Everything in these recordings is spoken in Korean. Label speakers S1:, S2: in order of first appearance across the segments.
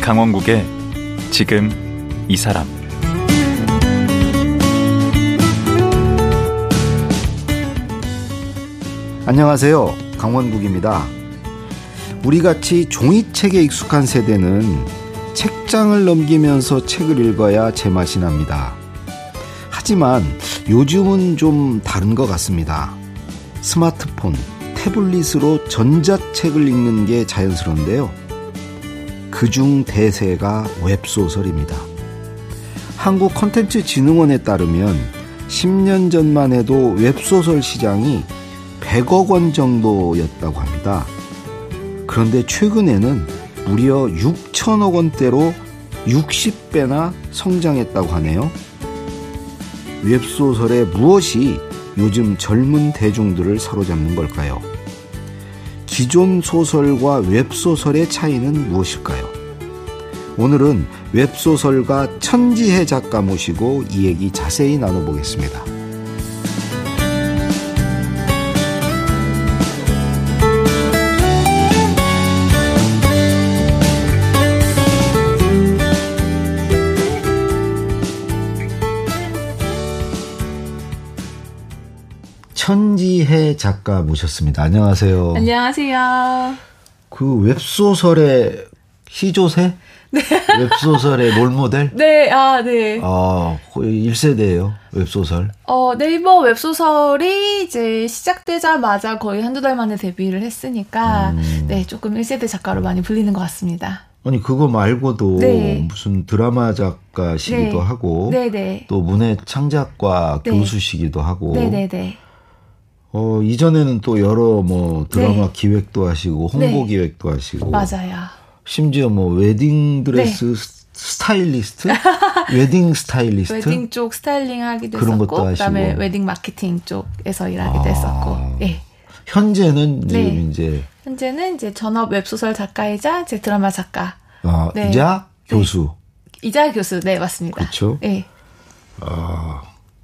S1: 강원국의 지금 이 사람
S2: 안녕하세요. 강원국입니다. 우리 같이 종이책에 익숙한 세대는 책장을 넘기면서 책을 읽어야 제맛이 납니다. 하지만 요즘은 좀 다른 것 같습니다. 스마트폰, 태블릿으로 전자책을 읽는 게 자연스러운데요. 그중 대세가 웹소설입니다. 한국 콘텐츠 진흥원에 따르면 10년 전만 해도 웹소설 시장이 100억 원 정도였다고 합니다. 그런데 최근에는 무려 6천억 원대로 60배나 성장했다고 하네요. 웹소설의 무엇이 요즘 젊은 대중들을 사로잡는 걸까요? 기존 소설과 웹소설의 차이는 무엇일까요? 오늘은 웹소설가 천지혜 작가 모시고 이 얘기 자세히 나눠보겠습니다. 천지혜 작가 모셨습니다. 안녕하세요.
S3: 안녕하세요.
S2: 그 웹소설의 시조새? 웹소설의 롤모델?
S3: 네, 아, 네.
S2: 아, 거의 1세대예요 웹소설.
S3: 어, 네이버 웹소설이 이제 시작되자마자 거의 한두 달 만에 데뷔를 했으니까,
S2: 음.
S3: 네, 조금 1세대 작가로 많이 불리는 것 같습니다.
S2: 아니, 그거 말고도
S3: 네.
S2: 무슨 드라마 작가시기도
S3: 네.
S2: 하고,
S3: 네네.
S2: 또 문해 창작과
S3: 네.
S2: 교수시기도 하고,
S3: 네네네.
S2: 어, 이전에는 또 여러 뭐 드라마 기획도 하시고, 홍보
S3: 네.
S2: 기획도 하시고,
S3: 맞아요. 네.
S2: 심지어 뭐 웨딩드레스 스- 스타일리스트? 웨딩 스타일리스트?
S3: 웨딩 쪽 스타일링 하기도
S2: 그런 것도
S3: 했었고, 그다음에
S2: 하시고.
S3: 웨딩 마케팅 쪽에서 일하기도
S2: 아.
S3: 했었고, 예.
S2: 현재는
S3: 네.
S2: 지금 이제
S3: 현재는 이제 전업 웹소설 작가이자 제 드라마 작가,
S2: 아,
S3: 네.
S2: 이자
S3: 네.
S2: 교수
S3: 이자 교수, 네, 맞습니다.
S2: 그렇죠.
S3: 예.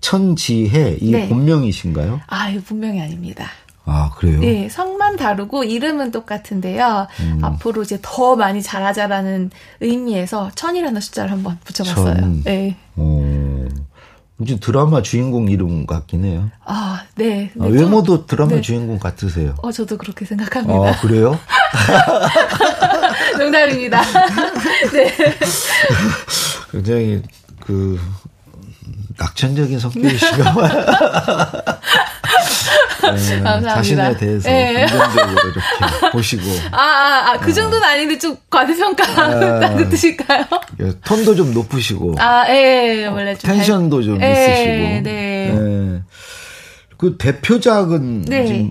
S2: 천지혜 이
S3: 네.
S2: 본명이신가요?
S3: 아, 이거 분명히 아닙니다.
S2: 아 그래요.
S3: 네, 성만 다르고 이름은 똑같은데요.
S2: 음.
S3: 앞으로 이제 더 많이 자라자라는 의미에서 천이라는 숫자를 한번 붙여봤어요.
S2: 천.
S3: 네.
S2: 어, 이제 드라마 주인공 이름 같긴 해요.
S3: 아, 네.
S2: 아,
S3: 근데 좀-
S2: 외모도 드라마
S3: 네.
S2: 주인공 같으세요.
S3: 어, 저도 그렇게
S2: 아
S3: 생각합니다.
S2: 그래요?
S3: 농담입니다. 네.
S2: 굉장히 그 낙천적인
S3: 네.
S2: 성격이시가
S3: 감사합니다.
S2: 네, 자신에 대해서
S3: 네.
S2: 긍정적으로 이렇게 보시고
S3: 아, 아,
S2: 어.
S3: 아, 그 정도는 아닌데 좀
S2: 아.
S3: 과대평가한다는 뜻일까요?
S2: 예, 톤도 좀 높으시고
S3: 아, 예, 원래 좀.
S2: 텐션도 좀
S3: 예,
S2: 있으시고.
S3: 네.
S2: 예. 그 대표작은
S3: 네.
S2: 지금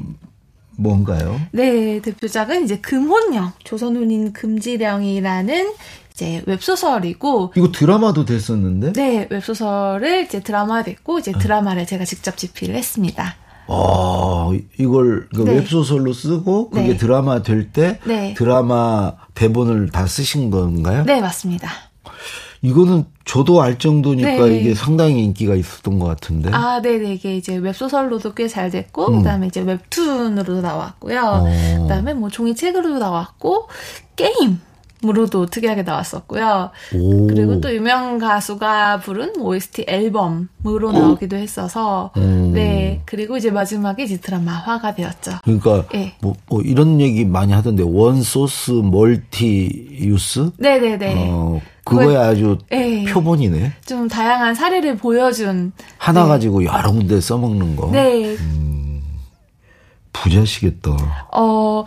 S2: 뭔가요?
S3: 네, 대표작은 이제 금혼령, 조선운인 금지령이라는 이제 웹소설이고,
S2: 이거 드라마도 됐었는데.
S3: 네, 웹소설을 이제 드라마 됐고 이제 드라마를 제가 직접 집필을 했습니다.
S2: 아, 이걸 그
S3: 네.
S2: 웹소설로 쓰고 그게
S3: 네.
S2: 드라마 될 때
S3: 네.
S2: 드라마 대본을 다 쓰신 건가요?
S3: 네, 맞습니다.
S2: 이거는 저도 알 정도니까
S3: 네.
S2: 이게 상당히 인기가 있었던 것 같은데.
S3: 아, 네, 네, 이게 이제 웹소설로도 꽤 잘 됐고 그다음에 이제 웹툰으로도 나왔고요.
S2: 어.
S3: 그다음에 뭐 종이책으로도 나왔고 게임 으로도 특이하게 나왔었고요.
S2: 오.
S3: 그리고 또 유명 가수가 부른 뭐 OST 앨범으로 나오기도 했어서 네 그리고 이제 마지막에 이제 드라마화가 되었죠.
S2: 그러니까
S3: 예.
S2: 뭐, 뭐 이런 얘기 많이 하던데 원 소스 멀티 유스.
S3: 네, 네, 네.
S2: 어, 그거에
S3: 그거-
S2: 아주
S3: 예.
S2: 표본이네.
S3: 좀 다양한 사례를 보여준
S2: 하나 가지고 여러 군데 써먹는 거.
S3: 네
S2: 부자시겠다.
S3: 어,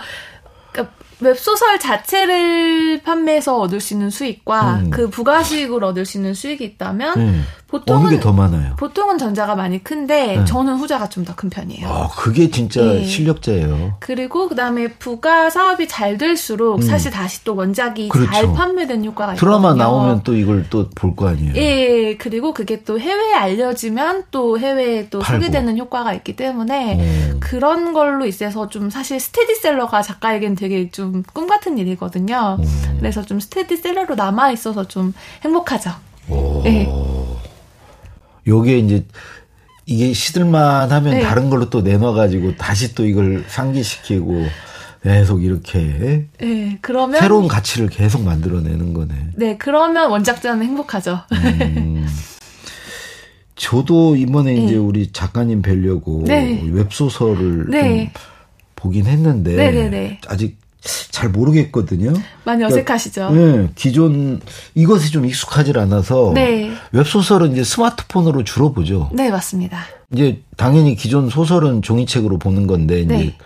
S3: 그러니까 웹소설 자체를 판매해서 얻을 수 있는 수익과
S2: 음.
S3: 그 부가 수익을 얻을 수 있는 수익이 있다면
S2: 네.
S3: 보통은
S2: 어느 게 더 많아요?
S3: 보통은 전자가 많이 큰데 저는 후자가 좀 더 큰 편이에요.
S2: 아, 그게 진짜
S3: 예.
S2: 실력자예요.
S3: 그리고 그다음에 부가 사업이 잘 될수록 사실 다시 또 원작이
S2: 음. 그렇죠.
S3: 잘 판매된 효과가 있거든요.
S2: 드라마 나오면 또 이걸 또 볼 거 아니에요.
S3: 아, 예, 그리고 그게 또 해외에 알려지면 또 해외에 또
S2: 팔고.
S3: 소개되는 효과가 있기 때문에
S2: 오.
S3: 그런 걸로 있어서 좀 사실 스테디셀러가 작가에겐 되게 좀 꿈 같은 일이거든요.
S2: 음.
S3: 그래서 좀 스테디셀러로 남아 있어서 좀 행복하죠. 예.
S2: 요게 이제 이게 시들만 하면
S3: 네.
S2: 다른 걸로 또 내놔 가지고 다시 또 이걸 상기시키고 계속 이렇게
S3: 네, 그러면
S2: 새로운 가치를 계속 만들어내는 거네.
S3: 네, 그러면 원작자는 행복하죠.
S2: 음. 저도 이번에
S3: 네.
S2: 이제 우리 작가님 뵈려고
S3: 네.
S2: 웹소설을
S3: 네.
S2: 좀 보긴 했는데
S3: 네, 네, 네.
S2: 아직 잘 모르겠거든요.
S3: 많이 어색하시죠?
S2: 네, 기존 이것에 좀 익숙하지 않아서
S3: 네.
S2: 웹소설은 이제 스마트폰으로 주로 보죠.
S3: 네, 맞습니다.
S2: 이제 당연히 기존 소설은 종이책으로 보는 건데 이제
S3: 네.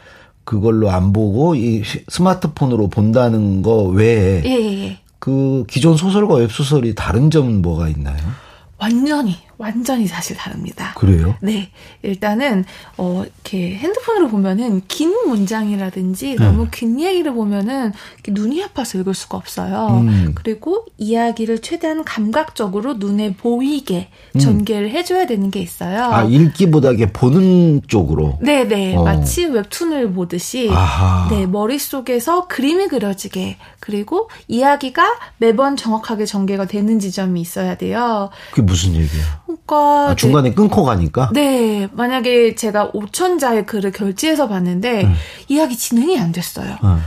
S2: 그걸로 안 보고 이 스마트폰으로 본다는 거 외에
S3: 예, 예, 예.
S2: 그 기존 소설과 웹소설이 다른 점은 뭐가 있나요?
S3: 완전히, 완전히 사실 다릅니다.
S2: 그래요?
S3: 네, 일단은 어 이렇게 핸드폰으로 보면은 긴 문장이라든지
S2: 네.
S3: 너무 긴 얘기를 보면은 이렇게 눈이 아파서 읽을 수가 없어요.
S2: 음.
S3: 그리고 이야기를 최대한 감각적으로 눈에 보이게 전개를 해줘야 되는 게 있어요.
S2: 음. 아, 읽기보다 이게 보는 쪽으로.
S3: 네네,
S2: 어.
S3: 마치 웹툰을 보듯이.
S2: 아하.
S3: 네, 머릿속에서 그림이 그려지게, 그리고 이야기가 매번 정확하게 전개가 되는 지점이 있어야 돼요.
S2: 그게 무슨 얘기야?
S3: 그러니까.
S2: 아,
S3: 네,
S2: 중간에 끊고 가니까?
S3: 네, 만약에 제가 5천자의 글을 결제해서 봤는데 이야기 진행이 안 됐어요.
S2: 어.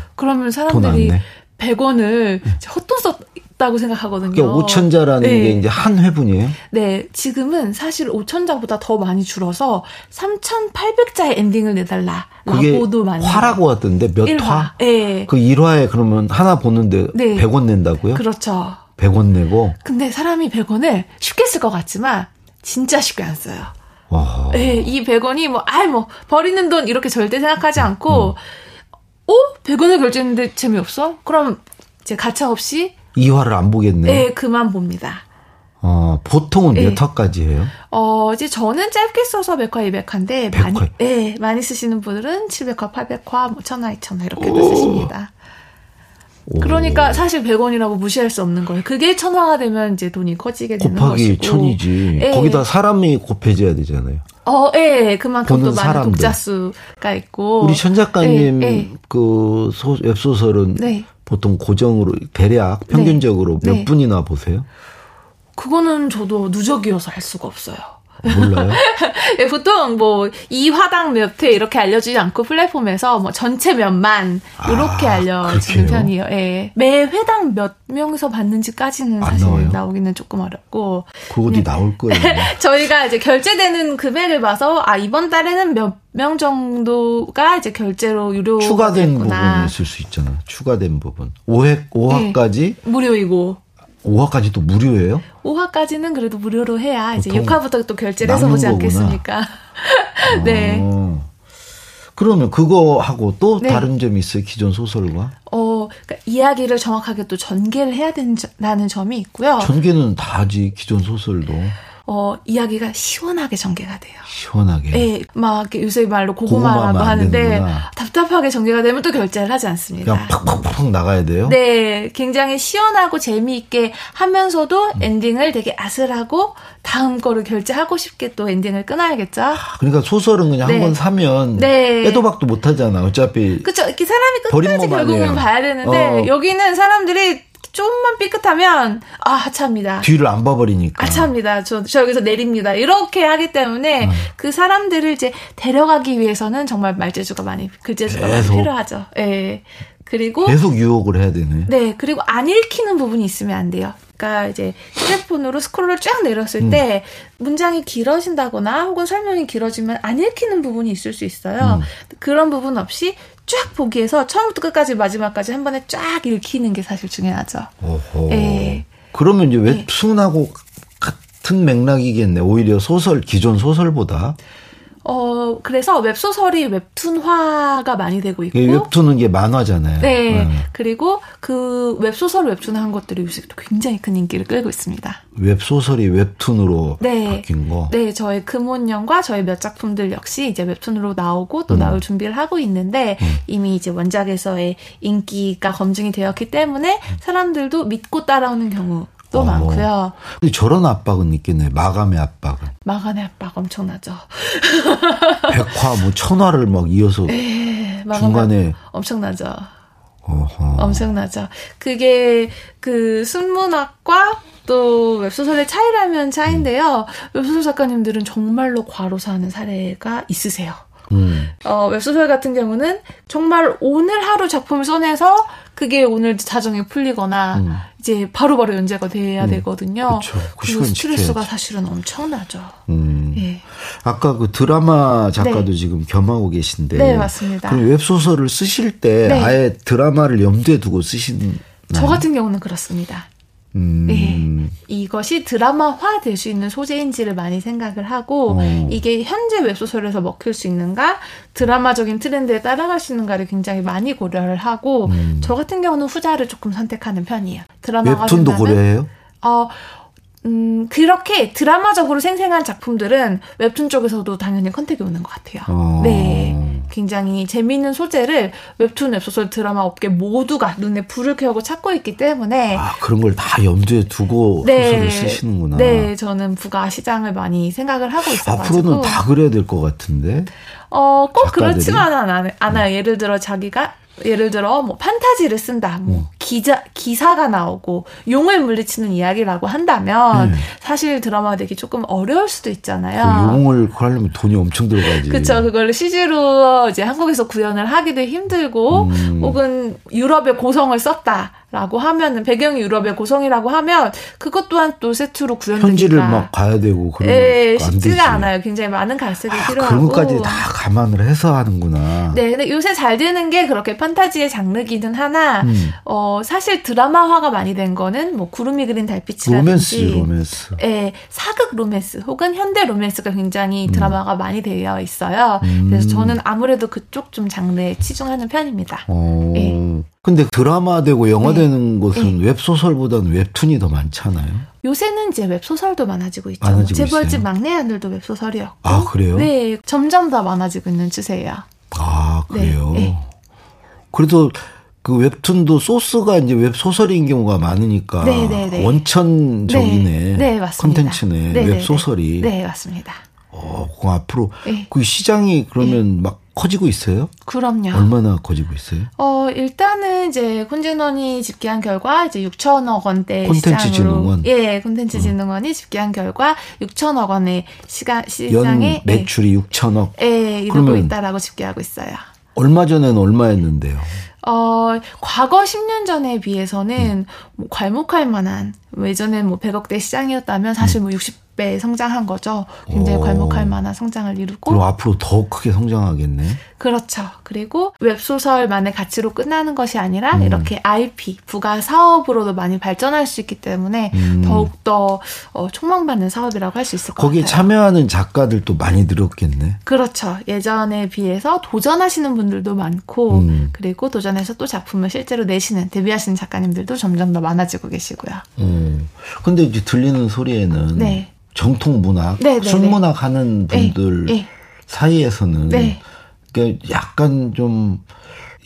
S2: 네. 돈
S3: 그러면
S2: 안
S3: 사람들이
S2: 내. 음.
S3: 100원을 헛돈 썼다고 생각하거든요.
S2: 그게 오천자라는
S3: 네.
S2: 게 이제 한 회분이에요?
S3: 네, 지금은 사실 5천자보다 더 많이 줄어서 3,800자의 엔딩을
S2: 그게
S3: 내달라라고도 많이.
S2: 화라고 왔던데 몇
S3: 일화
S2: 화?
S3: 예.
S2: 그 1화에 그러면 하나 보는데
S3: 네.
S2: 100원 낸다고요?
S3: 그렇죠.
S2: 100원 내고?
S3: 근데 사람이 100원을 쉽게 쓸 것 같지만 진짜 쉽게 안 써요.
S2: 와.
S3: 예, 이 100원이 뭐, 아이, 뭐, 버리는 돈 이렇게 절대 생각하지
S2: 음.
S3: 않고, 어? 100원을 결제했는데 재미없어? 그럼 이제 가차없이,
S2: 2화를 안 보겠네.
S3: 예, 그만 봅니다.
S2: 어, 보통은
S3: 네.
S2: 몇 화까지 해요?
S3: 어, 이제 저는 짧게 써서 100화, 200화인데,
S2: 백
S3: 많이,
S2: 화.
S3: 예, 많이 쓰시는 분들은 700화, 800화, 뭐 1000화, 2000화 이렇게도 쓰십니다.
S2: 오.
S3: 그러니까 사실 100원이라고 무시할 수 없는 거예요. 그게 1000화가 되면 이제 돈이 커지게 되는
S2: 곱하기
S3: 것이고.
S2: 천이지.
S3: 예.
S2: 거기다 사람이 곱해져야 되잖아요.
S3: 어, 예, 예. 그만큼 또
S2: 보는
S3: 많은
S2: 사람들.
S3: 독자 수가 있고.
S2: 우리 천 작가님
S3: 예, 예.
S2: 그 소- 웹소설은
S3: 네.
S2: 보통 고정으로 대략 평균적으로
S3: 네.
S2: 몇 분이나 보세요?
S3: 그거는 저도 누적이어서 알 수가 없어요.
S2: 몰라요?
S3: 예, 보통 뭐 이 화당 몇 회 이렇게 알려주지 않고 플랫폼에서 뭐 전체 몇만 이렇게
S2: 아, 그렇게요?
S3: 알려지는 편이에요. 예. 매 회당 몇 명이서 봤는지까지는
S2: 안
S3: 사실
S2: 나와요?
S3: 나오기는 조금 어렵고
S2: 그거
S3: 네.
S2: 어디 나올 거예요.
S3: 저희가 이제 결제되는 금액을 봐서 아 이번 달에는 몇 명 정도가 이제 결제로 유료
S2: 추가된 부분이
S3: 됐구나. 네.
S2: 있을 수 있잖아. 추가된 부분. 5회, 5화까지,
S3: 무료이고
S2: 5화까지 또 무료예요?
S3: 5화까지는 그래도 무료로 해야 이제
S2: 보통
S3: 6화부터 또 결제를 해서
S2: 남는
S3: 보지
S2: 거구나.
S3: 않겠습니까? 네.
S2: 어. 그러면 그거하고 또
S3: 네.
S2: 다른 점이 있어요? 기존 소설과?
S3: 어, 그러니까 이야기를 정확하게 또 전개를 해야 된다는 점이 있고요.
S2: 전개는 다지, 기존 소설도.
S3: 어, 이야기가 시원하게 전개가 돼요.
S2: 시원하게.
S3: 예, 막 이렇게 요새 말로
S2: 네. 고구마만
S3: 고구마라고
S2: 안
S3: 하는데
S2: 되는구나.
S3: 답답하게 전개가 되면 또 결제를 하지 않습니다.
S2: 그냥 팍팍팍 나가야 돼요?
S3: 네, 굉장히 시원하고 재미있게 하면서도
S2: 음.
S3: 엔딩을 되게 아슬하고 다음 거를 결제하고 싶게 또 엔딩을 끊어야겠죠.
S2: 그러니까 소설은 그냥
S3: 네.
S2: 한 번 사면
S3: 네.
S2: 빼도박도 못 하잖아. 어차피
S3: 그쵸? 이렇게 사람이
S2: 버린
S3: 끝까지
S2: 몸
S3: 결국은
S2: 아니에요.
S3: 봐야 되는데
S2: 어.
S3: 여기는 사람들이 조금만 삐끗하면 아 하차입니다.
S2: 뒤를 안 봐버리니까.
S3: 아차입니다. 저, 저 여기서 내립니다. 이렇게 하기 때문에
S2: 음.
S3: 그 사람들을 이제 데려가기 위해서는 정말 말재주가 많이, 글재주가
S2: 계속.
S3: 많이 필요하죠. 예. 그리고,
S2: 계속 유혹을 해야 되네.
S3: 네, 그리고 안 읽히는 부분이 있으면 안 돼요. 그러니까 이제 휴대폰으로 스크롤을 쫙 내렸을
S2: 음.
S3: 때 문장이 길어진다거나 혹은 설명이 길어지면 안 읽히는 부분이 있을 수
S2: 음.
S3: 있어요. 그런 부분 없이 쫙 보기에서 처음부터 끝까지 마지막까지 한 번에 쫙 읽히는 게 사실 중요하죠.
S2: 오호.
S3: 예.
S2: 그러면 이제 웹툰하고 같은 맥락이겠네. 오히려 소설 기존 소설보다
S3: 어, 그래서 웹소설이 웹툰화가 많이 되고 있고.
S2: 이게 웹툰은 이게 만화잖아요.
S3: 어? 네.
S2: 예.
S3: 그리고 그 웹소설, 웹툰한 것들이 요새 또 굉장히 큰 인기를 끌고 있습니다.
S2: 웹소설이 웹툰으로
S3: 네.
S2: 바뀐 거.
S3: 네, 저의 금혼령과 저의 몇 작품들 역시 이제 웹툰으로 나오고
S2: 음.
S3: 또 나올 준비를 하고 있는데 이미 이제 원작에서의 인기가 검증이 되었기 때문에 사람들도 믿고 따라오는 경우도
S2: 음. 어.
S3: 많고요.
S2: 근데 저런 압박은 있겠네. 마감의 압박은.
S3: 마간의 압박 엄청나죠.
S2: 백화 뭐 천화를 막 이어서
S3: 네, 마감의
S2: 중간에
S3: 압박 엄청나죠.
S2: 어허.
S3: 엄청나죠. 그게 그 순문학과 또 웹소설의 차이라면 차인데요. 웹소설 작가님들은 정말로 과로 사는 사례가 있으세요.
S2: 음.
S3: 어, 웹소설 같은 경우는 정말 오늘 하루 작품을 써내서 그게 오늘 자정에 풀리거나
S2: 음.
S3: 이제 바로바로 연재가 돼야
S2: 음,
S3: 되거든요.
S2: 그쵸. 그
S3: 그리고
S2: 시간
S3: 스트레스가
S2: 지켜야지.
S3: 사실은 엄청나죠.
S2: 음.
S3: 예.
S2: 아까 그 드라마 작가도 지금 겸하고 계신데.
S3: 네, 맞습니다.
S2: 그럼 웹소설을 쓰실 때
S3: 네.
S2: 아예 드라마를 염두에 두고 쓰시는.
S3: 저 같은 경우는 그렇습니다.
S2: 음.
S3: 예. 이것이 드라마화 될 수 있는 소재인지를 많이 생각을 하고
S2: 어.
S3: 이게 현재 웹소설에서 먹힐 수 있는가 드라마적인 트렌드에 따라갈 수 있는가를 굉장히 많이 고려를 하고
S2: 음.
S3: 저 같은 경우는 후자를 조금 선택하는 편이에요. 드라마가
S2: 웹툰도
S3: 된다면
S2: 고려해요?
S3: 어, 음, 그렇게 드라마적으로 생생한 작품들은 웹툰 쪽에서도 당연히 컨택이 오는 것 같아요.
S2: 어.
S3: 네. 굉장히 재미있는 소재를 웹툰, 웹소설, 드라마 업계 모두가 눈에 불을 켜고 찾고 있기 때문에
S2: 아, 그런 걸 다 염두에 두고 소설을 뭐 쓰시는구나.
S3: 네, 저는 부가 시장을 많이 생각을 하고 있어가지고
S2: 앞으로는 다 그래야 될 것 같은데.
S3: 어, 꼭
S2: 작가들이? 네.
S3: 그렇지만은 않- 않아요. 예를 들어 자기가 예를 들어 뭐 판타지를 쓴다,
S2: 네.
S3: 뭐 기자 기사가 나오고 용을 물리치는 이야기라고 한다면
S2: 네.
S3: 사실 드라마 되기 조금 어려울
S2: 그
S3: 수도 있잖아요.
S2: 용을 하려면 돈이 엄청 들어가지.
S3: 그쵸 그걸 CG로 이제 한국에서 구현을 하기도 힘들고 뭐
S2: 음.
S3: 혹은 유럽의 고성을 썼다라고 하면은 배경이 유럽의 고성이라고 하면 그것 또한 또 세트로 구현되니까
S2: 현지를 막 가야 되고 그런
S3: 예,
S2: 거안 되지.
S3: 쉽지가 않아요. 굉장히 많은 갈색이
S2: 아,
S3: 필요하고
S2: 그런 것까지 다 감안을 해서 하는구나.
S3: 네, 근데 요새 잘 되는 게 그렇게 판타지의 장르기는 하나,
S2: 음.
S3: 어, 사실 드라마화가 많이 된 거는 뭐 구름이 그린
S2: 로맨스,
S3: 달빛이라든지.
S2: 로맨스.
S3: 예, 사극 로맨스 혹은 현대 로맨스가 굉장히 드라마가 많이 되어 있어요. 네, 그래서
S2: 음.
S3: 저는 아무래도 그쪽 좀 장르에 치중하는 편입니다.
S2: 어.
S3: 예.
S2: 근데 드라마 되고 영화
S3: 네.
S2: 되는 것은 웹소설보다는 웹툰이 더 많잖아요.
S3: 요새는 이제 웹소설도 많아지고 있죠.
S2: 많아지고
S3: 재벌집
S2: 있어요.
S3: 막내 아들도 웹소설이었고.
S2: 아, 그래요?
S3: 네, 점점 더 많아지고 있는 추세예요.
S2: 아, 그래요?
S3: 네, 네.
S2: 그래도 그 웹툰도 소스가 이제 웹소설인 경우가 많으니까
S3: 네, 네, 네.
S2: 원천적이네.
S3: 네, 네, 맞습니다.
S2: 컨텐츠네.
S3: 네, 네,
S2: 웹소설이.
S3: 네, 맞습니다.
S2: 어, 그 앞으로
S3: 네.
S2: 그 시장이 그러면 막 커지고 있어요?
S3: 그럼요.
S2: 얼마나 커지고 있어요?
S3: 어, 일단은 이제 콘진원이 집계한 결과 이제 6천억 원대
S2: 콘텐츠
S3: 시장으로
S2: 진흥원? 어.
S3: 예, 콘텐츠 진흥원이 집계한 결과 6천억 원의 시가,
S2: 연
S3: 시장에 예,
S2: 매출이 6천억.
S3: 예, 이루고
S2: 그러면-
S3: 있다라고 집계하고 있어요.
S2: 얼마 전에는 얼마였는데요?
S3: 어, 과거 10년 전에
S2: 음.
S3: 비해서는 뭐 괄목할 만한 예전엔 뭐 100억대 시장이었다면 사실 뭐 60배 성장한 거죠. 굉장히
S2: 음. 오.
S3: 괄목할 만한 성장을 이루고
S2: 그럼 앞으로 더 크게 성장하겠네.
S3: 그렇죠. 그리고 웹소설만의 가치로 끝나는 것이 아니라
S2: 음.
S3: 이렇게 IP, 부가 사업으로도 많이 발전할 수 있기 때문에
S2: 음.
S3: 더욱더 어, 촉망받는 사업이라고 할 수 있을 것
S2: 거기에
S3: 같아요.
S2: 참여하는 작가들도 많이 늘었겠네.
S3: 그렇죠. 예전에 비해서 도전하시는 분들도 많고
S2: 음.
S3: 그리고 도전해서 또 작품을 실제로 내시는 데뷔하시는 작가님들도 점점 더 많아지고 계시고요.
S2: 음. 근데 이제 들리는 소리에는
S3: 네.
S2: 정통 문학,
S3: 네, 네, 네.
S2: 순문학 하는 분들
S3: 예, 예.
S2: 사이에서는
S3: 네.
S2: 그러니까 약간 좀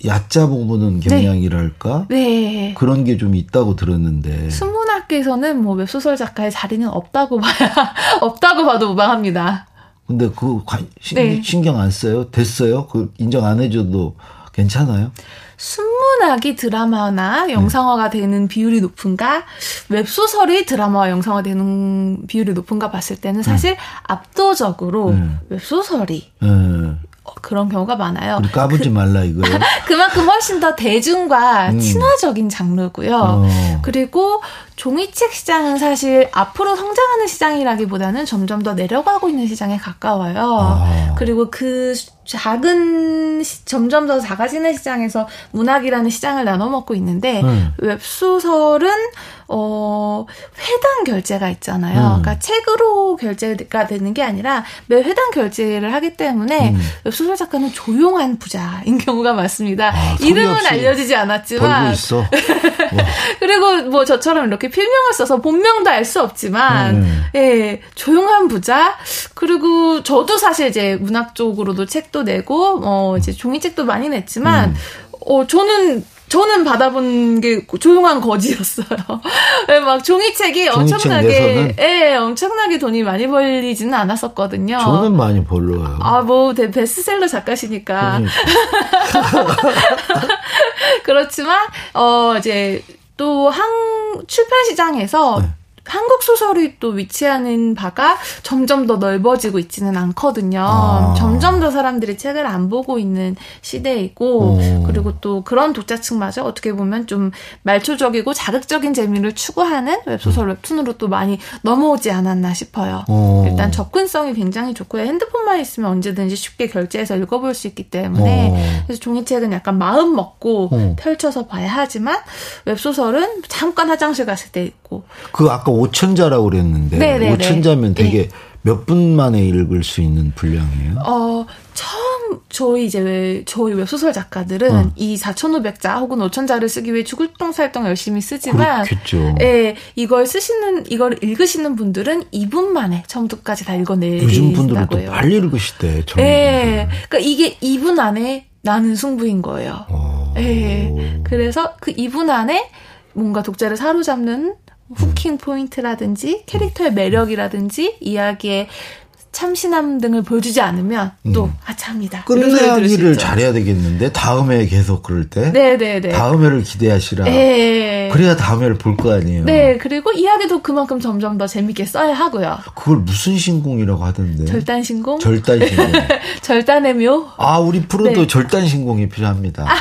S2: 얕잡아 보는 경향이랄까
S3: 네.
S2: 그런 게 좀 있다고 들었는데
S3: 순문학계에서는 뭐 웹소설 작가의 자리는 없다고 봐야 없다고 봐도 무방합니다.
S2: 근데 그 관, 신,
S3: 네.
S2: 신경 안 써요? 됐어요? 그 인정 안 해줘도 괜찮아요?
S3: 순문학이 드라마나 영상화가 되는 비율이 높은가, 웹소설이 드라마와 영상화 되는 비율이 높은가 봤을 때는 사실 압도적으로
S2: 음.
S3: 웹소설이
S2: 예.
S3: 어, 그, 그런 경우가 많아요.
S2: 우리 까부지 말라 이거예요.
S3: 그만큼 훨씬 더 대중과
S2: 음.
S3: 친화적인 장르고요.
S2: 어.
S3: 그리고 종이책 시장은 사실 앞으로 성장하는 시장이라기보다는 점점 더 내려가고 있는 시장에 가까워요.
S2: 아.
S3: 그리고 그 작은 시- 점점 더 작아지는 시장에서 문학이라는 시장을 나눠 먹고 있는데
S2: 음.
S3: 웹소설은 어 회당 결제가 있잖아요.
S2: 음.
S3: 그러니까 책으로 결제가 되는 게 아니라 매 회당 결제를 하기 때문에
S2: 음.
S3: 웹소설 작가는 조용한 부자인 경우가 많습니다.
S2: 아, 소리
S3: 이름은
S2: 없이
S3: 알려지지
S2: 벌고
S3: 않았지만
S2: 있어.
S3: 그리고 뭐 저처럼 이렇게 필명을 써서 본명도 알 수 없지만
S2: 음.
S3: 예 조용한 부자 그리고 저도 사실 이제 문학 쪽으로도 책도 내고 어 이제 종이책도 많이 냈지만
S2: 음.
S3: 어 저는 저는 받아본 게 조용한 거지였어요. 예, 막 종이책이
S2: 종이책 내서는?
S3: 엄청나게 예 엄청나게 돈이 많이 벌리지는 않았었거든요.
S2: 저는 많이 벌러요.
S3: 어.
S2: 그러니까.
S3: 아뭐 아. 베스트셀러
S2: 음.
S3: 작가시니까
S2: 네.
S3: 그렇지만 어 이제 또 한 출판 시장에서 한국 소설이 또 위치하는 바가 점점 더 넓어지고 있지는 않거든요.
S2: 아.
S3: 점점 더 사람들이 책을 안 보고 있는 시대이고,
S2: 오.
S3: 그리고 또 그런 독자층마저 어떻게 보면 좀 말초적이고 자극적인 재미를 추구하는 웹소설
S2: 음.
S3: 웹툰으로 또 많이 넘어오지 않았나 싶어요.
S2: 어.
S3: 일단 접근성이 굉장히 좋고요. 핸드폰만 있으면 언제든지 쉽게 결제해서 읽어볼 수 있기 때문에
S2: 어.
S3: 그래서 종이책은 약간 마음 먹고
S2: 어.
S3: 펼쳐서 봐야 하지만 웹소설은 잠깐 화장실 갔을 때 읽고
S2: 그 아까 오천자라고 그랬는데
S3: 네네네.
S2: 오천자면 되게 몇 분 만에 읽을 수 있는 분량이에요.
S3: 어 처음 저희 이제 왜- 저희 웹소설 작가들은
S2: 어.
S3: 이 4,500자 혹은 5,000자를 쓰기 위해 죽을똥살똥 열심히 쓰지만
S2: 그렇겠죠.
S3: 예, 이걸 쓰시는 이걸 읽으시는 분들은 2분 만에 처음부터까지 다 네, 읽어내신다고요.
S2: 요즘 분들은 또 빨리 읽으시대. 젊은
S3: 예.
S2: 분들은.
S3: 그러니까 이게 2분 안에 나는 승부인 거예요.
S2: 어.
S3: 예. 그래서 그 2분 안에 뭔가 독자를 사로잡는 후킹 포인트라든지 캐릭터의 매력이라든지 이야기의 참신함 등을 보여주지 않으면 또
S2: 음.
S3: 아차합니다.
S2: 끝내기를 잘해야 되겠는데 다음에 계속 그럴 때
S3: 네네네.
S2: 다음회를 기대하시라.
S3: 예.
S2: 그래야 다음회를 볼 거 아니에요.
S3: 네 그리고 이야기도 그만큼 점점 더 재밌게 써야 하고요.
S2: 그걸 무슨 신공이라고 하던데.
S3: 절단 신공,
S2: 음. 절단 신공.
S3: 절단의 묘.
S2: 아, 우리 프로도
S3: 네. 아,
S2: 절단 신공이 필요합니다.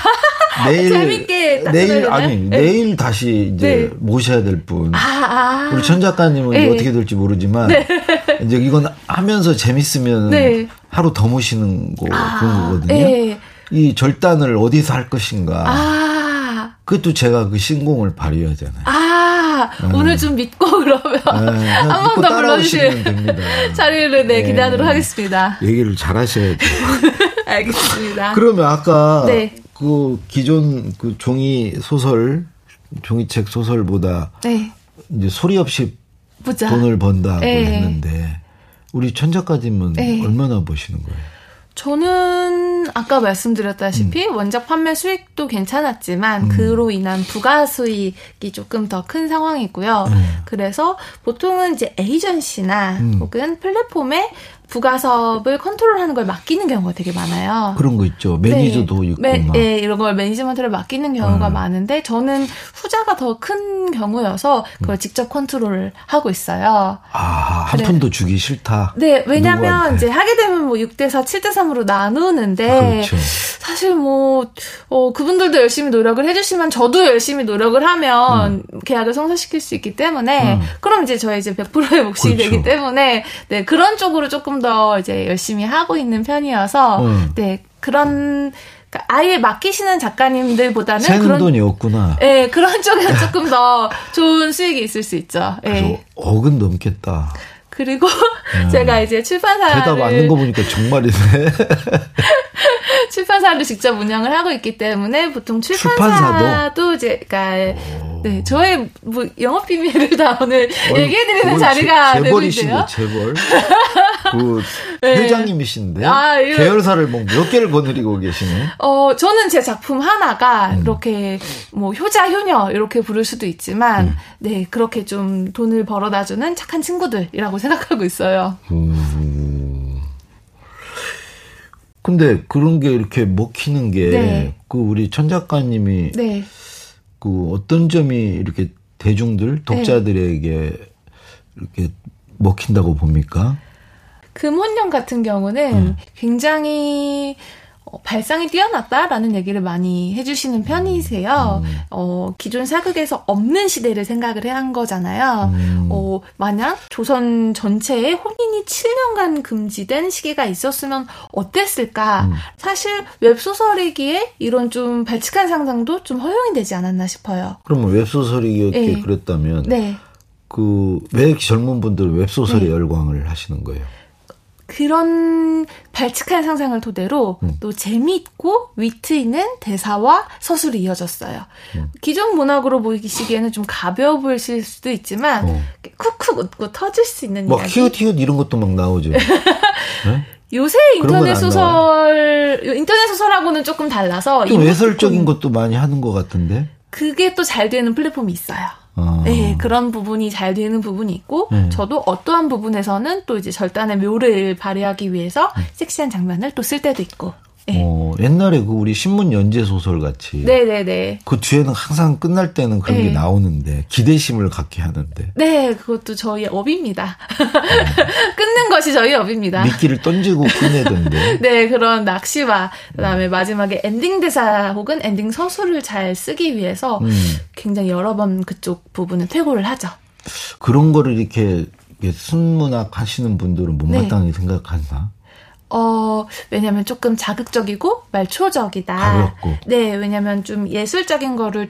S2: 내일
S3: 재밌게 다
S2: 내일
S3: 들어야 되나요?
S2: 아니
S3: 네.
S2: 내일 다시 이제
S3: 네.
S2: 모셔야 될 분.
S3: 아, 아.
S2: 우리 천 작가님은
S3: 네.
S2: 어떻게 될지 모르지만 이제 이건 하면서 재밌으면
S3: 네. 아,
S2: 하루 더 모시는 거 그런 거거든요.
S3: 예.
S2: 이 절단을 어디서 할 것인가.
S3: 아.
S2: 그것도 제가 그 신공을 발휘해야 되나요? 아,
S3: 아, 오늘 좀 믿고 그러면 한
S2: 그냥
S3: 번
S2: 음. 믿고
S3: 더
S2: 따라오시면
S3: 불러주실
S2: 됩니다.
S3: 자리를
S2: 네.
S3: 네, 기대하도록 하겠습니다.
S2: 얘기를 잘하셔야 돼요.
S3: 알겠습니다.
S2: 그러면 아까
S3: 네.
S2: 그 기존 그 종이 소설, 종이책 소설보다
S3: 네,
S2: 이제 소리 없이
S3: 보자.
S2: 돈을 번다고
S3: 예.
S2: 했는데 우리 천 작가님은
S3: 예.
S2: 얼마나 버시는 거예요?
S3: 저는 아까 말씀드렸다시피
S2: 음.
S3: 원작 판매 수익도 괜찮았지만 그로 인한 부가 수익이 조금 더 큰 상황이고요.
S2: 음.
S3: 그래서 보통은 이제 에이전시나 혹은 플랫폼에 부가섭을 컨트롤하는 걸 맡기는 경우가 되게 많아요. 네.
S2: 그런 거 있죠. 매니저도 있고
S3: 매-
S2: 막. 음.
S3: 예, 이런 걸 매니지먼트를 맡기는 경우가 많은데 저는 후자가 더 큰 경우여서
S2: 음.
S3: 그걸 직접 컨트롤을 하고 있어요.
S2: 아, 한
S3: 그래.
S2: 푼도 주기 싫다.
S3: 네, 왜냐면
S2: 누구한테?
S3: 이제 하게 되면 뭐 6대 4, 7대 3으로 나누는데
S2: 그렇죠.
S3: 사실 뭐 어, 그분들도 열심히 노력을 해주시면 저도 열심히 노력을 하면 계약을 성사시킬 수 있기 때문에
S2: 음.
S3: 그럼 이제 저의 이제 100%의 몫이
S2: 그렇죠.
S3: 되기 때문에 네 그런 쪽으로 조금 더 이제 열심히 하고 있는 편이어서
S2: 음.
S3: 네 그런 그러니까 아예 맡기시는 작가님들보다는
S2: 새는
S3: 그런
S2: 돈이 없구나.
S3: 예 그런 쪽에 조금 더 좋은 수익이 있을 수 있죠. 예.
S2: 그래서 억은 넘겠다.
S3: 그리고 제가 이제 출판사를
S2: 대답 안는거 보니까 정말이네.
S3: 출판사를 직접 운영을 하고 있기 때문에 보통 출판사도 이제 그러니까 네 저의 뭐 영업 비밀을 다 오늘 얘기해 드리는
S2: 오늘
S3: 자리가
S2: 재-
S3: 되고
S2: 재벌이시네,
S3: 있는데요.
S2: 재벌. 그
S3: 네.
S2: 회장님이신데
S3: 아, 이런-
S2: 계열사를 뭐 몇 개를 거느리고 계시네.
S3: 어 저는 제 작품 하나가 이렇게 뭐 효자 효녀 이렇게 부를 수도 있지만 네 그렇게 좀 돈을 벌어다 주는 착한 친구들이라고 생각하고 있어요.
S2: 음. 근데 그런 게 이렇게 먹히는 게 그
S3: 네.
S2: 우리 천 작가님이
S3: 네.
S2: 그 어떤 점이 이렇게
S3: 네.
S2: 대중들 독자들에게 이렇게 먹힌다고 봅니까?
S3: 금혼령 같은 경우는
S2: 음.
S3: 굉장히 어, 발상이 뛰어났다라는 얘기를 많이 해주시는 편이세요.
S2: 음.
S3: 어, 기존 사극에서 없는 시대를 생각을 해한 거잖아요.
S2: 음.
S3: 어, 만약 조선 전체에 혼인이 7년간 금지된 시기가 있었으면 어땠을까?
S2: 음.
S3: 사실 웹소설이기에 이런 좀 발칙한 상상도 좀 허용이 되지 않았나 싶어요.
S2: 그러면 웹소설이 이렇게
S3: 네.
S2: 그랬다면
S3: 네.
S2: 그 왜 젊은 분들 웹소설에
S3: 네.
S2: 열광을 하시는 거예요?
S3: 그런 발칙한 상상을 토대로
S2: 음.
S3: 또 재미있고 위트 있는 대사와 서술이 이어졌어요.
S2: 음.
S3: 기존 문학으로 보이시기에는 좀 가벼워 보이실 수도 있지만
S2: 어. 뭐
S3: 이렇게 쿡쿡 웃고 터질 수 있는
S2: 막
S3: 이야기.
S2: 히읗히읗 이런 것도 막 나오죠. 네?
S3: 요새
S2: 그런 건안
S3: 인터넷 소설 인터넷 소설하고는 조금 달라서
S2: 좀
S3: 이모티콘,
S2: 외설적인 것도 많이 하는 것 같은데.
S3: 그게 또 잘 되는 플랫폼이 있어요.
S2: 아.
S3: 네, 그런 부분이 잘 되는 부분이 있고,
S2: 네.
S3: 저도 어떠한 부분에서는 또 이제 절단의 묘를 발휘하기 위해서 섹시한 장면을 또 쓸 때도 있고, 네.
S2: 음. 어, 옛날에 그 우리 신문 연재 소설 같이
S3: 네네네.
S2: 그 뒤에는 항상 끝날 때는 그런 게
S3: 네.
S2: 나오는데 기대심을 갖게 하는데
S3: 네, 그것도 저희 업입니다.
S2: 어.
S3: 끊는 것이 저희 업입니다.
S2: 미끼를 던지고 끝내던데
S3: 네, 그런 낚시와 그다음에 마지막에 엔딩 대사 혹은 엔딩 서술을 잘 쓰기 위해서
S2: 음,
S3: 굉장히 여러 번 그쪽 부분을 퇴고를 하죠.
S2: 그런 거를 이렇게 이게 순문학 하시는 분들은
S3: 네.
S2: 못마땅히 생각하나
S3: 어, 왜냐면 조금 자극적이고 말초적이다.
S2: 가볍고
S3: 네, 왜냐면 좀 예술적인 거를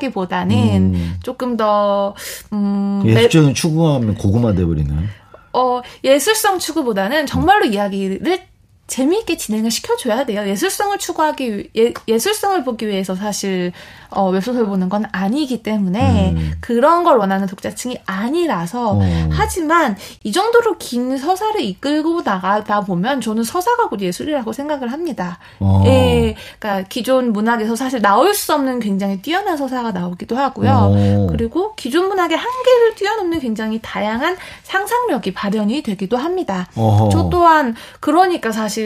S3: 추구한다기보다는
S2: 음,
S3: 조금 더, 음, 매-
S2: 예술적인 추구하면 고구마 돼버리는
S3: 어, 예술성 추구보다는 정말로 이야기를 재미있게 진행을 시켜줘야 돼요. 예술성을 추구하기, 위- 예, 예술성을 보기 위해서 사실, 어, 웹소설 보는 건 아니기 때문에
S2: 음.
S3: 그런 걸 원하는 독자층이 아니라서
S2: 어.
S3: 하지만 이 정도로 긴 서사를 이끌고 나가다 보면 저는 서사가 곧 예술이라고 생각을 합니다.
S2: 어.
S3: 예, 그러니까 기존 문학에서 사실 나올 수 없는 굉장히 뛰어난 서사가 나오기도 하고요.
S2: 어.
S3: 그리고 기존 문학의 한계를 뛰어넘는 굉장히 다양한 상상력이 발현이 되기도 합니다.
S2: 어허.
S3: 저 또한 그러니까 사실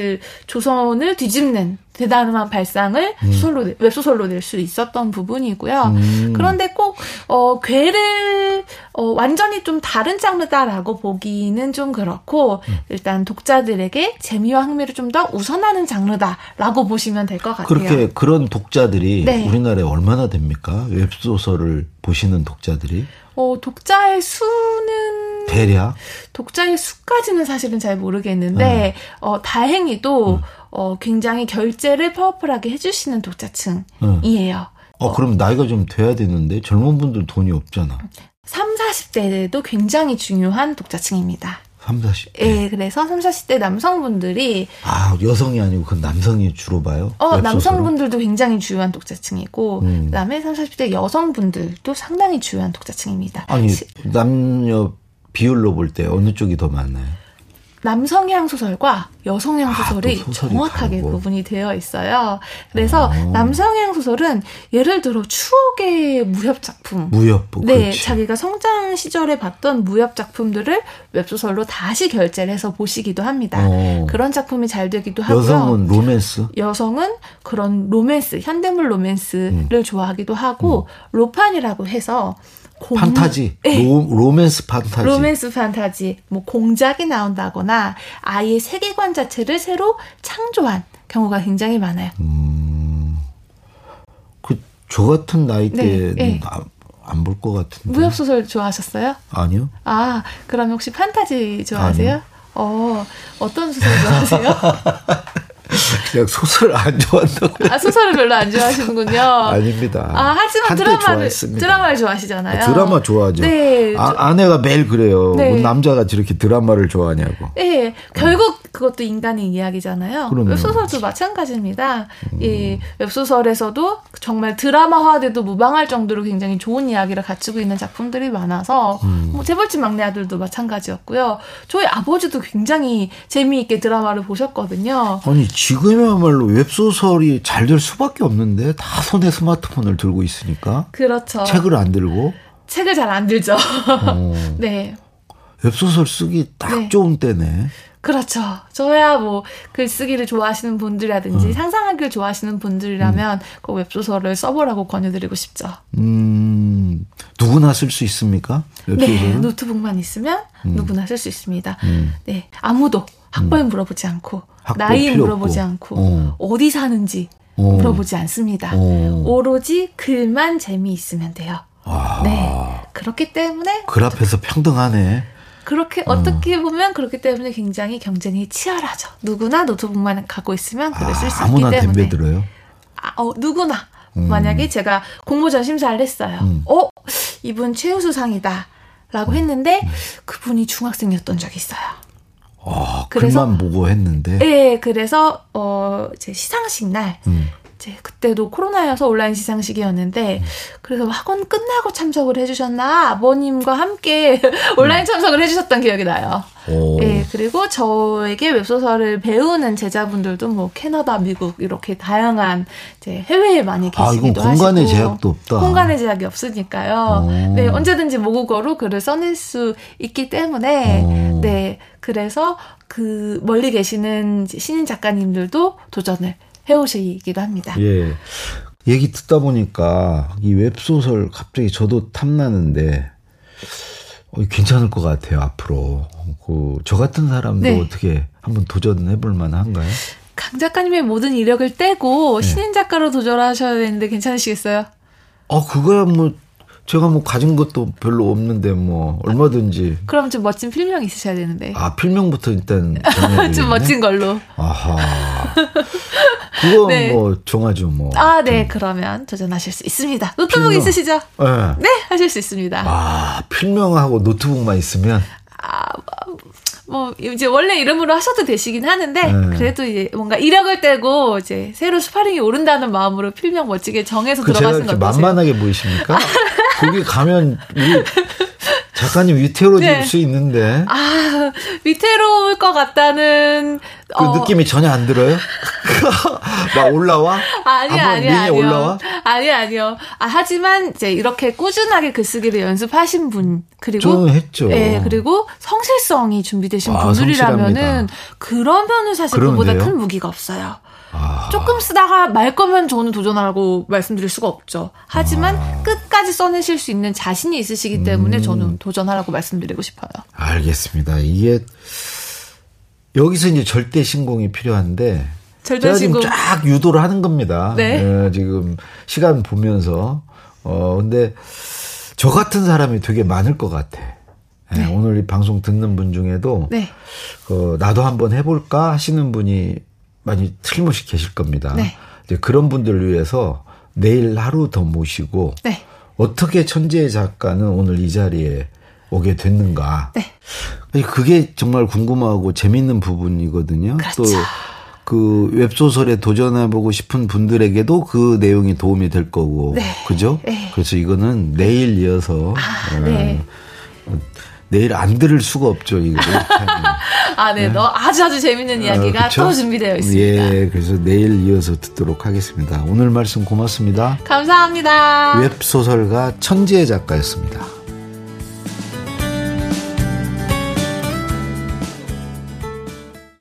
S3: 조선을 뒤집는 대담한 발상을 소설로 내- 웹소설로 낼 수 있었던 부분이고요.
S2: 음.
S3: 그런데 꼭 어, 괴를 어, 완전히 좀 다른 장르다라고 보기는 좀 그렇고
S2: 음.
S3: 일단 독자들에게 재미와 흥미를 좀 더 우선하는 장르다라고 보시면 될 것 같아요.
S2: 그렇게 그런 독자들이
S3: 네.
S2: 우리나라에 얼마나 됩니까? 웹소설을 보시는 독자들이
S3: 어, 독자의 수는
S2: 대략
S3: 독자의 수까지는 사실은 잘
S2: 네.
S3: 모르겠는데 어,
S2: 음.
S3: 다행히도 어, 굉장히 결제를 파워풀하게 해주시는
S2: 응.
S3: 독자층이에요.
S2: 어, 그럼 나이가 좀 돼야 되는데 젊은 분들 돈이 없잖아.
S3: 3, 40대에도 굉장히 중요한 독자층입니다.
S2: 3, 40.
S3: 예, 그래서 3, 40대 남성분들이
S2: 아, 여성이 아니고 그 남성이 주로 봐요.
S3: 어,
S2: 웹소설은?
S3: 남성분들도 굉장히 중요한 독자층이고
S2: 음.
S3: 그다음에 3, 40대 여성분들도 상당히 중요한 독자층입니다.
S2: 아니,
S3: 시-
S2: 남녀 비율로 볼 때 어느 쪽이 더 많나요?
S3: 남성향 소설과 여성향 소설이
S2: 아, 또 소설이
S3: 정확하게
S2: 다르고.
S3: 구분이 되어 있어요. 그래서
S2: 아.
S3: 남성향 소설은 예를 들어 추억의 무협 작품,
S2: 무협부. 뭐
S3: 네,
S2: 그렇지.
S3: 자기가 성장 시절에 봤던 무협 작품들을 웹소설로 다시 결제를 해서 보시기도 합니다.
S2: 어.
S3: 그런 작품이 잘 되기도 하고요.
S2: 여성은 로맨스.
S3: 여성은 그런 로맨스, 현대물 로맨스를
S2: 음.
S3: 좋아하기도 하고 로판이라고 해서 공-
S2: 판타지.
S3: 네.
S2: 로, 로맨스 판타지.
S3: 로맨스 판타지, 뭐 공작이 나온다거나 아예 세계관 자체를 새로 창조한 경우가 굉장히 많아요.
S2: 음, 그 저 같은 나이
S3: 네,
S2: 때는
S3: 네.
S2: 안 볼 것 같은데.
S3: 무협 소설 좋아하셨어요?
S2: 아니요.
S3: 아, 그럼 혹시 판타지 좋아하세요?
S2: 아니요.
S3: 어, 어떤 소설 좋아하세요?
S2: 그냥 소설 안 좋아한다고.
S3: 아, 소설을 별로 안 좋아하시는군요.
S2: 아닙니다.
S3: 어. 아, 하지만
S2: 한때
S3: 드라마를
S2: 좋아했습니다.
S3: 드라마를 좋아하시잖아요.
S2: 아, 드라마 좋아하죠.
S3: 네.
S2: 아, 아내가 매일 그래요.
S3: 네.
S2: 뭐 남자가 저렇게 드라마를 좋아하냐고.
S3: 예, 결국 그것도 인간의 이야기잖아요.
S2: 그럼요. 그렇죠. 음.
S3: 웹소설도 마찬가지입니다. 예, 웹소설에서도 정말 드라마화돼도 무방할 정도로 굉장히 좋은 이야기를 갖추고 있는 작품들이 많아서
S2: 음.
S3: 뭐 재벌집 막내 아들도 마찬가지였고요. 저희 아버지도 굉장히 재미있게 드라마를 보셨거든요.
S2: 아니 지금이야말로 웹소설이 잘 될 수밖에 없는데 다 손에 스마트폰을 들고 있으니까
S3: 그렇죠.
S2: 책을 안 들고 어.
S3: 책을 잘 안 들죠. 네.
S2: 웹소설 쓰기 딱
S3: 네.
S2: 좋은 때네.
S3: 그렇죠. 저야 뭐 글쓰기를 좋아하시는
S2: 음.
S3: 분들이라든지 상상하기를 좋아하시는 분들이라면 꼭 웹소설을 써보라고 권유드리고 싶죠.
S2: 음 누구나 쓸 수 있습니까?
S3: 네,
S2: 웹소설은
S3: 노트북만 있으면 누구나 쓸 수 있습니다.
S2: 음.
S3: 네, 아무도 학벌 물어보지 않고
S2: 학벌
S3: 나이
S2: 필요
S3: 물어보지
S2: 없고.
S3: 않고 어. 디 사는지
S2: 어.
S3: 물어보지 않습니다.
S2: 어.
S3: 오로지 글만 재미있으면 돼요.
S2: 아,
S3: 네, 그렇기 때문에
S2: 글 앞에서 평등하네.
S3: 그렇게 어떻게 보면 그렇기 때문에 굉장히 경쟁이 치열하죠. 누구나 노트북만 갖고 있으면 글을 쓸 수
S2: 아,
S3: 있기
S2: 아무나 음.
S3: 때문에
S2: 덤벼 들어요.
S3: 아, 어, 누구나. 만약에 제가 공모전 심사를 했어요.
S2: 음.
S3: 어, 이분 최우수상이다. 라고
S2: 어.
S3: 했는데,
S2: 네.
S3: 그분이 중학생이었던 적이 있어요.
S2: 아,
S3: 그래서-
S2: 글만 보고 했는데.
S3: 예, 그래서, 어, 제 시상식 날,
S2: 음.
S3: 이제 이제 그때도 코로나여서 온라인 시상식이었는데 그래서 학원 끝나고 참석을 해주셨나 아버님과 함께 온라인 참석을 해주셨던 기억이 나요.
S2: 음. 오.
S3: 예, 그리고 저에게 웹소설을 배우는 제자분들도 뭐 캐나다, 미국 이렇게 다양한 이제 해외에 많이
S2: 아, 이건
S3: 계시기도 하시고
S2: 공간의 제약도 없다.
S3: 공간의 제약이 없으니까요.
S2: 오.
S3: 네, 언제든지 모국어로 글을 써낼 수 있기 때문에
S2: 오.
S3: 네, 그래서 그 멀리 계시는 신인 작가님들도 도전을 해오시기도 합니다.
S2: 예. 얘기 듣다 보니까 이 웹소설 갑자기 저도 탐나는데 어, 괜찮을 것 같아요 앞으로 그, 저 같은 사람도
S3: 네.
S2: 어떻게 한번 도전해볼 만한가요?
S3: 강 작가님의 모든 이력을 떼고
S2: 예.
S3: 신인 작가로 도전하셔야 되는데 괜찮으시겠어요?
S2: 아 그거야 뭐 제가 뭐 가진 것도 별로 없는데 뭐 얼마든지
S3: 그럼 좀 멋진 필명 있으셔야 되는데
S2: 아 필명부터 일단
S3: 좀
S2: 정해드리겠네.
S3: 멋진 걸로.
S2: 아하 그거
S3: 네.
S2: 뭐 정하죠 뭐
S3: 아, 네, 그러면 도전하실 수 있습니다. 노트북
S2: 필명.
S3: 있으시죠?
S2: 예.
S3: 네, 하실 수 있습니다.
S2: 아 필명하고 노트북만 있으면
S3: 뭐, 이제 원래 이름으로 하셔도 되시긴 하는데,
S2: 네.
S3: 그래도 이제 뭔가 이력을 떼고, 이제 새로 스파링이 오른다는 마음으로 필명 멋지게 정해서
S2: 그 제가
S3: 들어가시는
S2: 이렇게
S3: 거 어떠세요? 아.
S2: 만만하게 보이십니까? 거기 가면 우리 작가님 위태로워질
S3: 네.
S2: 수 있는데
S3: 아, 위태로울 것 같다는,
S2: 그
S3: 어,
S2: 느낌이 전혀 안 들어요? 막 올라와?
S3: 아니,
S2: 한번
S3: 아니,
S2: 링에
S3: 아니요.
S2: 올라와?
S3: 아니, 아니요. 아, 하지만 이제 이렇게 꾸준하게 글쓰기를 연습하신 분, 그리고.
S2: 저는 했죠.
S3: 예, 그리고 성실성이 준비되신
S2: 아,
S3: 분들이라면은
S2: 성실합니다.
S3: 그러면은 사실 그보다
S2: 그러는데요?
S3: 큰 무기가 없어요.
S2: 아,
S3: 조금 쓰다가 말 거면 저는 도전하라고 말씀드릴 수가 없죠. 하지만
S2: 아.
S3: 끝까지 써내실 수 있는 자신이 있으시기
S2: 음.
S3: 때문에 저는 도전하라고 말씀드리고 싶어요.
S2: 알겠습니다. 이게 여기서 이제 절대 신공이 필요한데
S3: 절대
S2: 제가 지금
S3: 신공.
S2: 쫙 유도를 하는 겁니다.
S3: 네.
S2: 예, 지금 시간 보면서 어 근데 저 같은 사람이 되게 많을 것 같아. 예, 오늘 이 방송 듣는 분 중에도
S3: 네.
S2: 어, 나도 한번 해볼까 하시는 분이 많이 틀림없이 계실 겁니다.
S3: 네.
S2: 이제 그런 분들을 위해서 내일 하루 더 모시고
S3: 네.
S2: 어떻게 천재의 작가는 오늘 이 자리에 오게 됐는가.
S3: 네.
S2: 아니, 그게 정말 궁금하고 재밌는 부분이거든요.
S3: 그렇죠.
S2: 또 그 웹소설에 도전해보고 싶은 분들에게도 그 내용이 도움이 될 거고.
S3: 네.
S2: 그죠?
S3: 네.
S2: 그래서 이거는 내일 이어서.
S3: 아,
S2: 어,
S3: 네.
S2: 내일 안 들을 수가 없죠, 이거.
S3: 아, 네. 너 아주 아주 재밌는 이야기가
S2: 어, 그쵸?
S3: 또 준비되어 있습니다.
S2: 예, 그래서 내일 이어서 듣도록 하겠습니다. 오늘 말씀 고맙습니다.
S3: 감사합니다.
S2: 웹소설가 천지의 작가였습니다.